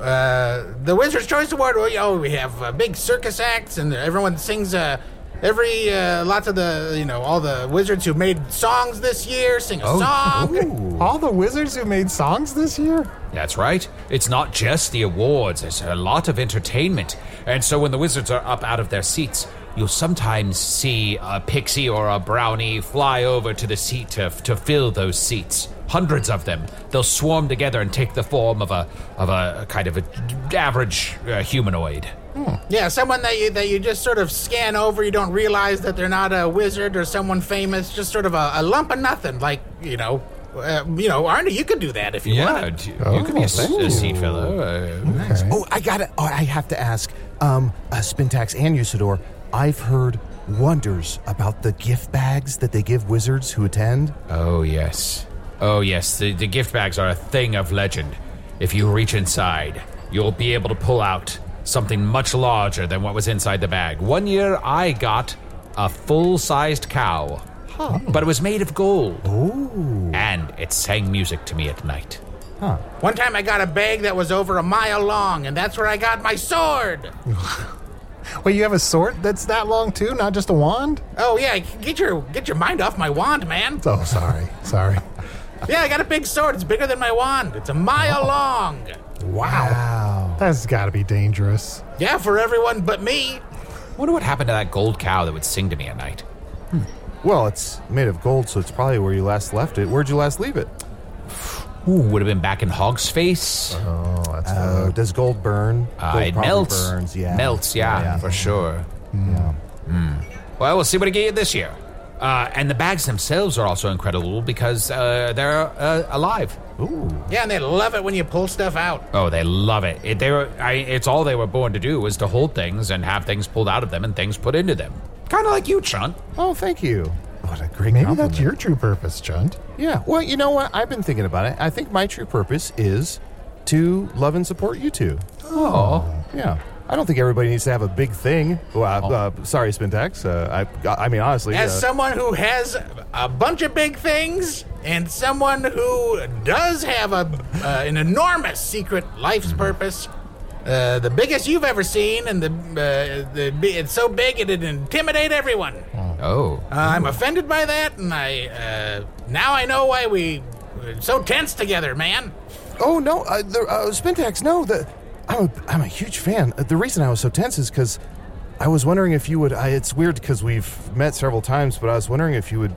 uh, the Wizard's Choice Award. oh, yeah, Oh, we have uh, big circus acts, and everyone sings. Uh, every uh, lots of the you know all the wizards who made songs this year sing
Oh,
a song.
All the wizards who made songs this year?
That's right. It's not just the awards, there's a lot of entertainment. And so when the wizards are up out of their seats, you'll sometimes see a pixie or a brownie fly over to the seat to, to fill those seats. Hundreds of them. They'll swarm together and take the form of a of a kind of a average uh, humanoid.
Yeah, someone that you that you just sort of scan over. You don't realize that they're not a wizard or someone famous. Just sort of a, a lump of nothing. Like you know, uh, you know, Arnie, you could do that if you
Yeah,
wanted.
d- you, could be a, s- a seat filler. Uh,
Oh, I gotta. Oh, I have to ask. Um, uh, Spintax and Usador, I've heard wonders about the gift bags that they give wizards who attend.
Oh, yes. Oh, yes. The, the gift bags are a thing of legend. If you reach inside, you'll be able to pull out something much larger than what was inside the bag. One year, I got a full sized cow, but it was made of gold. And it sang music to me at night.
One time I got a bag that was over a mile long, and that's where I got my sword.
Wait, you have a sword that's that long too, not just a wand?
Oh yeah, get your get your mind off my wand, man.
Oh, sorry. sorry.
Yeah, I got a big sword. It's bigger than my wand. It's a mile long.
Wow. That's got to be dangerous.
Yeah, for everyone but me.
Wonder what happened to that gold cow that would sing to me at night.
Well, it's made of gold, so it's probably where you last left it. Where'd you last leave it?
Ooh, would have been back in Hog's Face.
Uh, does gold burn?
Uh,
Gold
it
probably
melts.
Burns. Yeah.
Melts, yeah, for sure. Hmm. Well, we'll see what I get you this year. Uh, and the bags themselves are also incredible because uh, they're uh, alive.
Yeah, and they love it when you pull stuff out.
Oh, they love it. it they were, I, it's all they were born to do was to hold things and have things pulled out of them and things put into them. Kind of like you, Chunt.
Oh, thank you. What a great
Maybe
compliment.
that's your true purpose, Chunt.
Yeah. Well, you know what? I've been thinking about it. I think my true purpose is to love and support you two.
Oh.
Yeah. I don't think everybody needs to have a big thing. Well, uh, uh, sorry, Spintax. Uh, I, I mean, honestly.
As
uh,
someone who has a bunch of big things, and someone who does have a uh, an enormous secret life's purpose, uh, the biggest you've ever seen, and the uh, the bi- it's so big it'd intimidate everyone.
Oh.
Uh, I'm offended by that, and I uh, now I know why we we're so tense together, man.
Oh no, uh, the, uh, Spintax. No, the I'm a, I'm a huge fan. Uh, The reason I was so tense is because I was wondering if you would. I, it's weird because we've met several times, but I was wondering if you would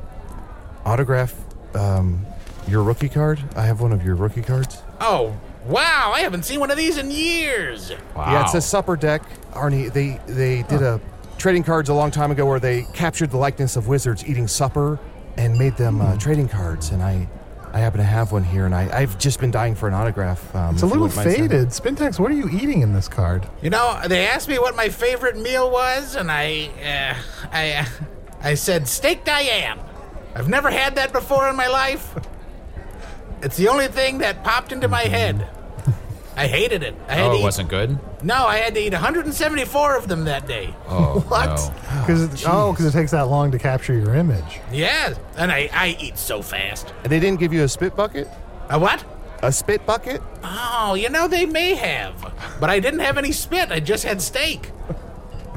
autograph um, your rookie card. I have one of your rookie cards.
Oh wow, I haven't seen one of these in years.
Wow.
Yeah, it's a supper deck, Arnie. They they did a trading cards a long time ago where they captured the likeness of wizards eating supper and made them
Hmm.
uh, trading cards, and I. I happen to have one here, and I, I've just been dying for an autograph. Um,
It's a
if you
little
wouldn't mind sending-
faded. Spintax, what are you eating in this card?
You know, they asked me what my favorite meal was, and I, uh, I, uh, I said steak Diane. I've never had that before in my life. It's the only thing that popped into my head. I hated it. I
Mm-hmm. Oh,
had to
it
eat,
wasn't good?
No, I had to eat 174 of them that day.
Oh,
What?
no.
Because oh, because it takes that long to capture your image.
Yeah, and I, I eat so fast.
And they didn't give you a spit bucket?
A what?
A spit bucket?
Oh, you know they may have, but I didn't have any spit. I just had steak.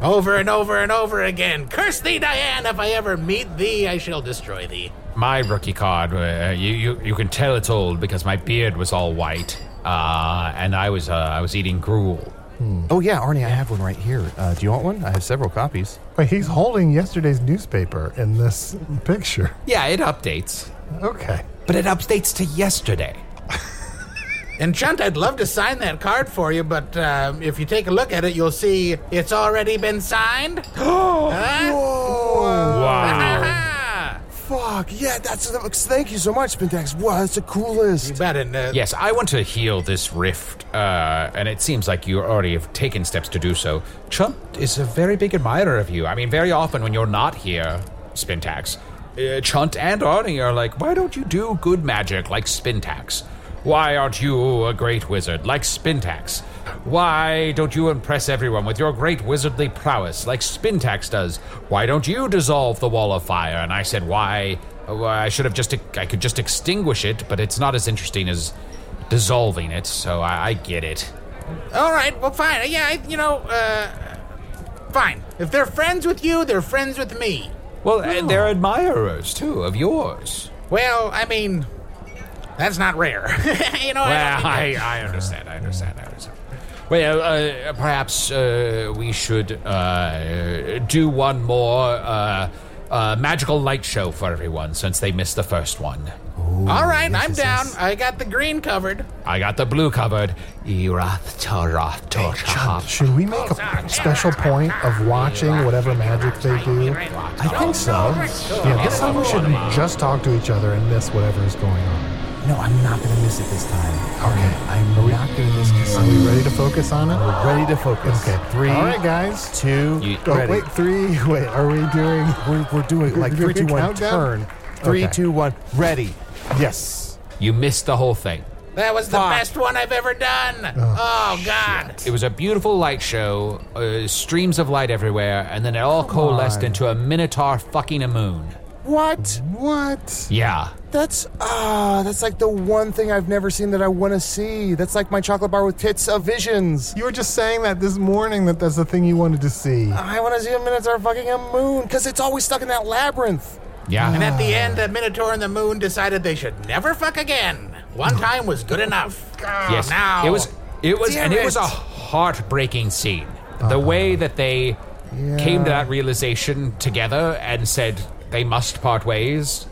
Over and over and over again. Curse thee, Diane! If I ever meet thee, I shall destroy thee.
my rookie card, uh, you, you you can tell it's old because my beard was all white, uh, and I was uh, I was eating gruel.
Oh, yeah, Arnie, I have one right here. Uh, do you want one? I have several copies.
Wait, he's holding yesterday's newspaper in this picture.
Yeah, it updates,
Okay.
but it updates to yesterday.
And Chunt, I'd love to sign that card for you, but uh, if you take a look at it, you'll see it's already been signed. Huh?
Wow.
Ah,
Fuck, yeah, that's. Thank you so much, Spintax. Wow, that's the coolest. You
bet, and uh,
Yes, I want to heal this rift, uh, and it seems like you already have taken steps to do so. Chump is a very big admirer of you. I mean, very often when you're not here, Spintax, uh, Chunt and Arnie are like, why don't you do good magic like Spintax? Why aren't you a great wizard like Spintax? Why don't you impress everyone with your great wizardly prowess like Spintax does? Why don't you dissolve the wall of fire? And I said, why? Oh, Well, I should have just, I could just extinguish it, but it's not as interesting as dissolving it, so I, I get it.
all right, well, fine. Yeah, I, you know, uh, fine. If they're friends with you, they're friends with me.
Well, and they're admirers, too, of yours.
Well, I mean, that's not rare. [LAUGHS] you know,
well,
I,
I, I understand, I understand, I understand. Well, uh, perhaps uh, we should uh, do one more uh, uh, magical light show for everyone since they missed the first one.
all right, I'm down. I got the green covered.
I got the blue covered. Erath Tarath Torshahab.
Should we make a special point of watching whatever magic they do? I think so. Yeah, this time we should just talk to each other and miss whatever is going on.
No, I'm not going to miss it this time.
Okay.
I'm not going to miss this.
Are we ready to focus on it?
We're ready to focus.
Okay,
Three.
All right, guys.
Two.
You-
Oh,
ready.
wait, three. [LAUGHS] Wait, are we doing?
We're, we're doing like
You're
three, two,
doing
one.
countdown?
Turn. Three,
Okay.
two, one. Ready.
Yes.
You missed the whole thing.
That was the
Fuck.
best one I've ever done. Oh, God.
It was a beautiful light show, uh, streams of light everywhere, and then it all coalesced into a minotaur fucking a moon.
What? What?
Yeah.
That's ah, that's like the one thing I've never seen that I want to see. That's like my chocolate bar with tits of visions.
You were just saying that this morning that that's the thing you wanted to see.
I want to see a minotaur fucking a moon because it's always stuck in that labyrinth.
Yeah.
And at the end, the Minotaur and the Moon decided they should never fuck again. One time was good enough. God,
Yes.
Now.
It was. It was, and
Damn
it was a
it.
heartbreaking scene. The way that they came to that realization together and said they must part ways.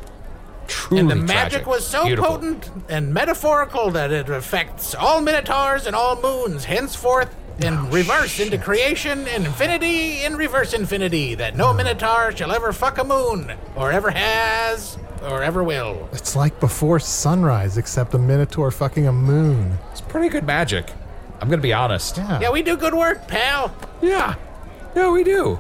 Truly
And the magic
tragic.
was so
Beautiful.
potent and metaphorical that it affects all minotaurs and all moons henceforth in reverse into creation, in infinity, in reverse infinity, that no minotaur shall ever fuck a moon, or ever has, or ever will.
It's like before sunrise, except a minotaur fucking a moon.
It's pretty good magic. I'm gonna be honest.
Yeah, we do good work, pal.
Yeah, yeah, we do.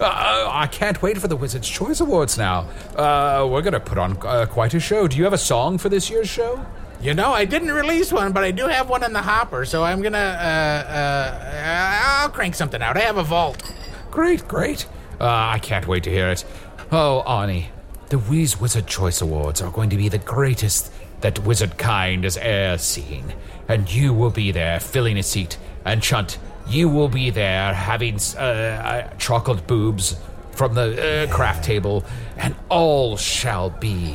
Uh, Uh, I can't wait for the Wizard's Choice Awards now. Uh, we're going to put on uh, quite a show. Do you have a song for this year's show?
You know, I didn't release one, but I do have one in the hopper, so I'm gonna, uh, uh, uh I'll crank something out. I have a vault.
Great, great. Uh, I can't wait to hear it. Oh, Arnie, the Wheeze Wizard Choice Awards are going to be the greatest that wizard kind has e'er seen. And you will be there filling a seat. And Chunt, you will be there having uh, uh, chocolate boobs from the uh, craft table. And all shall be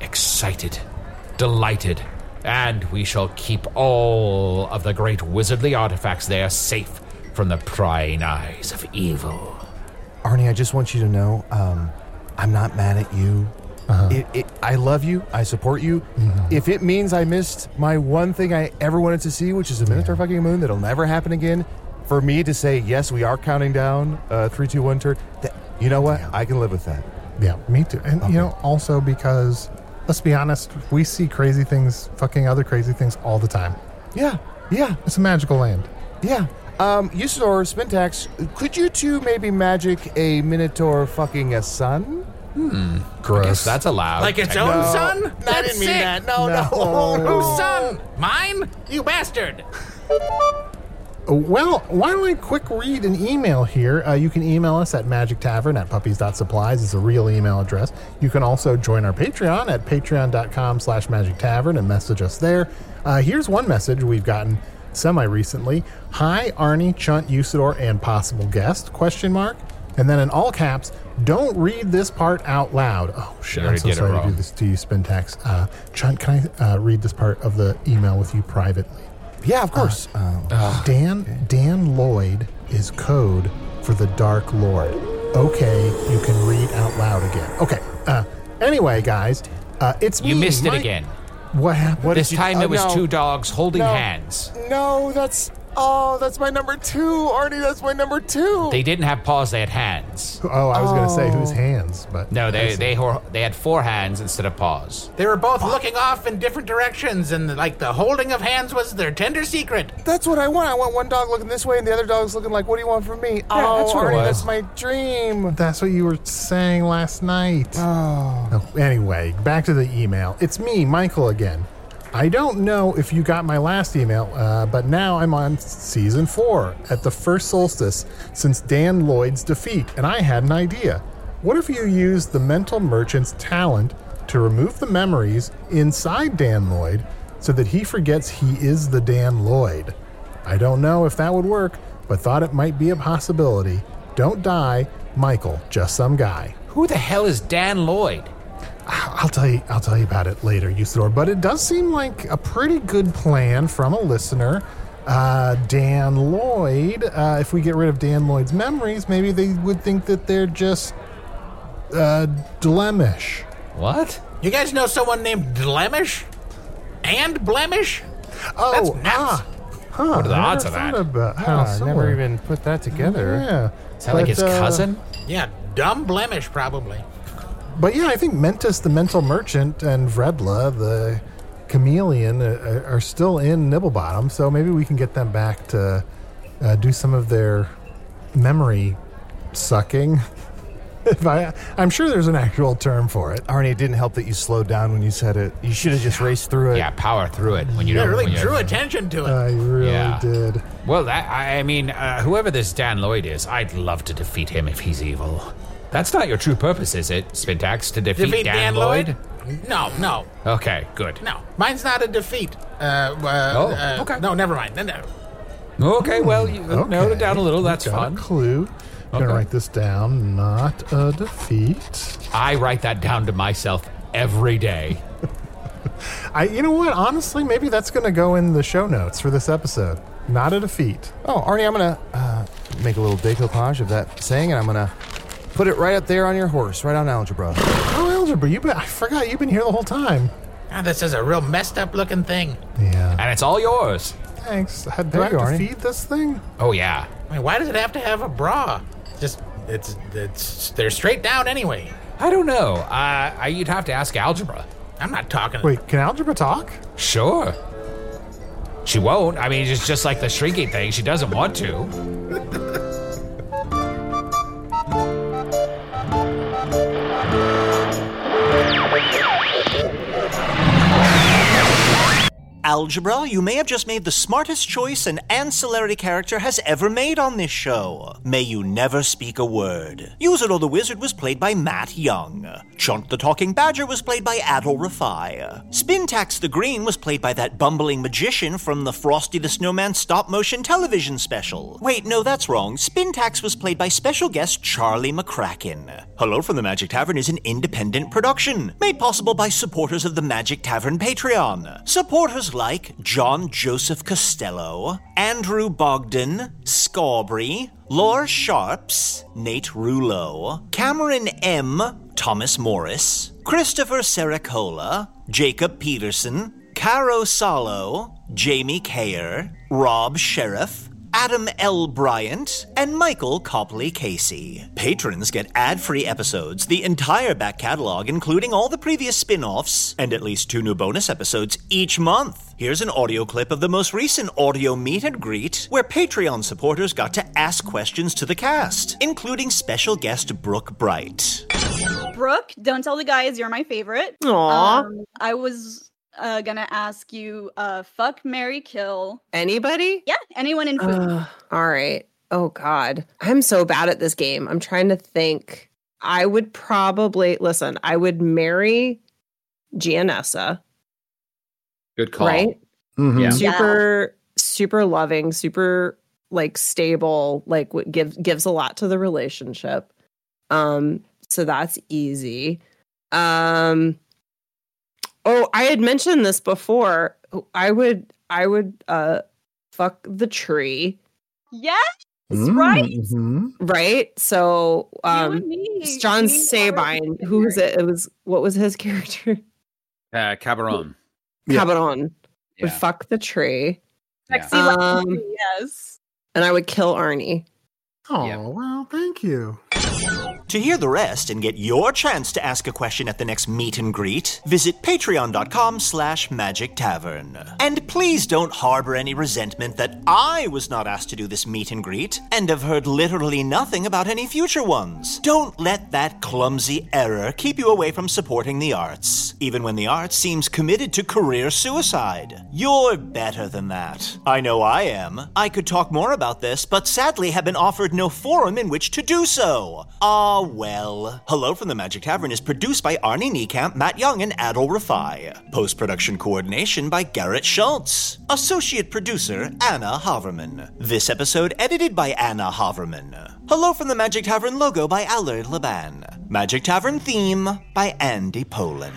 excited, delighted. And we shall keep all of the great wizardly artifacts there safe from the prying eyes of evil.
Arnie, I just want you to know um, I'm not mad at you.
It, it, I love you. I support you. If it means I missed my one thing I ever wanted to see, which is a Minotaur fucking moon that'll never happen again, for me to say yes, we are counting down uh, three, two, one, turn. That, you know what? I can live with that.
Yeah, me too. And you know, also because let's be honest, we see crazy things fucking other crazy things all the time.
Yeah, yeah,
It's a magical land.
yeah. Um, Usador, Spintax, could you two maybe magic a Minotaur fucking a sun?
Gross.
That's allowed.
Like its own son?
No, I
That's
didn't mean
sick.
that. No, no.
[LAUGHS] Whose son? Mine? You bastard.
Well, why don't I quick read an email here? Uh, you can email us at magictavern at puppies.supplies. It's a real email address. You can also join our Patreon at patreon.com slash magictavern and message us there. Uh, here's one message we've gotten semi-recently. Hi, Arnie, Chunt, Usador, and possible guest, question mark. And then in all caps, don't read this part out loud. Oh, shit,
You
I'm
already
so
did it
sorry to
wrong.
do this to you, Spintax. Uh, Chunt, can I uh, read this part of the email with you privately? Uh,
Yeah, of course.
Dan Dan Lloyd is code for the Dark Lord. Okay, you can read out loud again. Okay. Uh, anyway, guys, uh, it's
you
me,
missed it
Mike-
again.
What happened?
What
This
did you-
time
oh,
it was
no.
two dogs holding
No.
hands.
No, that's
Oh, that's my number two, Arnie. That's my number two.
They didn't have paws; they had hands.
Oh, I was going to say whose hands, but
No, they
I
they were, they had four hands instead of paws.
They were both looking off in different directions, and like the holding of hands was their tender secret.
That's what I want. I want one dog looking this way and the other dog's looking like, what do you want from me? oh,
that's what it
Arnie,
was.
that's my dream.
That's what you were saying last night. Oh. Anyway, back to the email. It's me, Michael, again. I don't know if you got my last email, uh, but now I'm on season four at the first solstice since Dan Lloyd's defeat, and I had an idea. What if you use the mental merchant's talent to remove the memories inside Dan Lloyd so that he forgets he is the Dan Lloyd? I don't know if that would work, but thought it might be a possibility. Don't die, Michael, just some guy.
Who the hell is Dan Lloyd?
I'll tell you I'll tell you about it later, Usador, but it does seem like a pretty good plan from a listener. Uh, Dan Lloyd. Uh, if we get rid of Dan Lloyd's memories, maybe they would think that they're just uh, Dlemish.
What?
You guys know someone named Blemish? And Blemish?
Oh,
That's nuts.
Ah.
Huh,
What are the
I
odds
never
of that?
thought about-
Wow,
huh,
I never
similar.
even put that together.
Yeah.
Is that like
But,
his
uh,
cousin?
Yeah, dumb Blemish, probably.
But yeah, I think Mentis the Mental Merchant and Vredla the Chameleon uh, are still in Nibblebottom, so maybe we can get them back to uh, do some of their memory sucking. [LAUGHS] if I, I'm sure there's an actual term for it.
Arnie, it didn't help that you slowed down when you said it. You should have just raced through it.
Yeah, power through it when you
Yeah,
don't.
really
when you-
drew attention to it.
Uh,
I really
Yeah.
did.
Well, that, I I mean, uh, whoever this Dan Lloyd is, I'd love to defeat him if he's evil. That's not your true purpose, is it, Spintax? To defeat,
defeat
Dan,
Dan
Lloyd?
Lloyd? No, no,
Okay, good.
no. Mine's not a defeat. Uh, uh,
Oh,
uh,
okay.
No, never mind. uh, No, no.
Okay, well, Oh, you note it down a little. That's
Hmm. Got
fun.
a clue. I'm
Okay.
gonna write this down. Not a defeat.
I write that down to myself every day.
I, you know what? Honestly, maybe that's gonna go in the show notes for this episode. Not a defeat.
Oh, Arnie, I'm gonna uh, make a little decoupage of that saying, and I'm gonna put it right up there on your horse, right on algebra.
Oh, algebra! You, been, I forgot you've been here the whole time.
Ah, this is a real messed up looking thing.
Yeah.
And it's all yours.
Thanks. Had do
There
I
you
have
are.
to feed this thing?
Oh, yeah.
I mean, why does it have to have a bra? It's Just it's it's they're straight down anyway.
I don't know. Uh, I, you'd have to ask algebra.
I'm not talking.
Wait, can algebra talk?
Sure. She won't. I mean, it's just like the shrinking thing. She doesn't want to.
Algebra, you may have just made the smartest choice an ancillary character has ever made on this show. May you never speak a word. Usador the Wizard was played by Matt Young. Chunt the Talking Badger was played by Adol Rafai. Spintax the Green was played by that bumbling magician from the Frosty the Snowman stop motion television special. Wait, no, that's wrong. Spintax was played by special guest Charlie McCracken. Hello from the Magic Tavern is an independent production made possible by supporters of the Magic Tavern Patreon. Supporters like John Joseph Costello, Andrew Bogdan, Scawbury, Laura Sharps, Nate Rulo, Cameron M., Thomas Morris, Christopher Sericola, Jacob Peterson, Caro Salo, Jamie Kayer, Rob Sheriff, Adam L. Bryant, and Michael Copley Casey. Patrons get ad free episodes, the entire back catalog, including all the previous spin offs, and at least two new bonus episodes each month. Here's an audio clip of the most recent audio meet and greet where Patreon supporters got to ask questions to the cast, including special guest Brooke Bright.
Brooke, don't tell the guys you're my favorite. Um, I was uh, gonna ask you, uh, fuck, Mary, kill
Anybody?
Yeah, anyone in food.
Ugh, all right. Oh God, I'm so bad at this game. I'm trying to think. I would probably listen. I would marry Gianessa.
Good
Right?
Yeah.
Super, super loving, super like stable. Like w- gives gives a lot to the relationship. Um, so that's easy. Um, oh, I had mentioned this before. Oh, I would, I would, uh, fuck the tree.
Yes, right.
right? So
you and
um
me.
John
we are-
Sabine, who was it? It was what was his character?
Uh, Cabaron.
Cabaron would
Yeah.
fuck the tree.
Sexy
Yeah.
lady,
Um,
yes.
and I would kill Arnie.
Oh,
wow, thank you.
To hear the rest and get your chance to ask a question at the next meet and greet, visit patreon.com slash magic tavern. And please don't harbor any resentment that I was not asked to do this meet and greet and have heard literally nothing about any future ones. Don't let that clumsy error keep you away from supporting the arts, even when the art seems committed to career suicide. You're better than that. I know I am. I could talk more about this, but sadly have been offered no forum in which to do so. Ah, well. Hello from the Magic Tavern is produced by Arnie Niekamp, Matt Young, and Adol Rafai. Post production coordination by Garrett Schultz. Associate producer Anna Haverman. This episode edited by Anna Haverman. Hello from the Magic Tavern logo by Allard Laban. Magic Tavern theme by Andy Poland.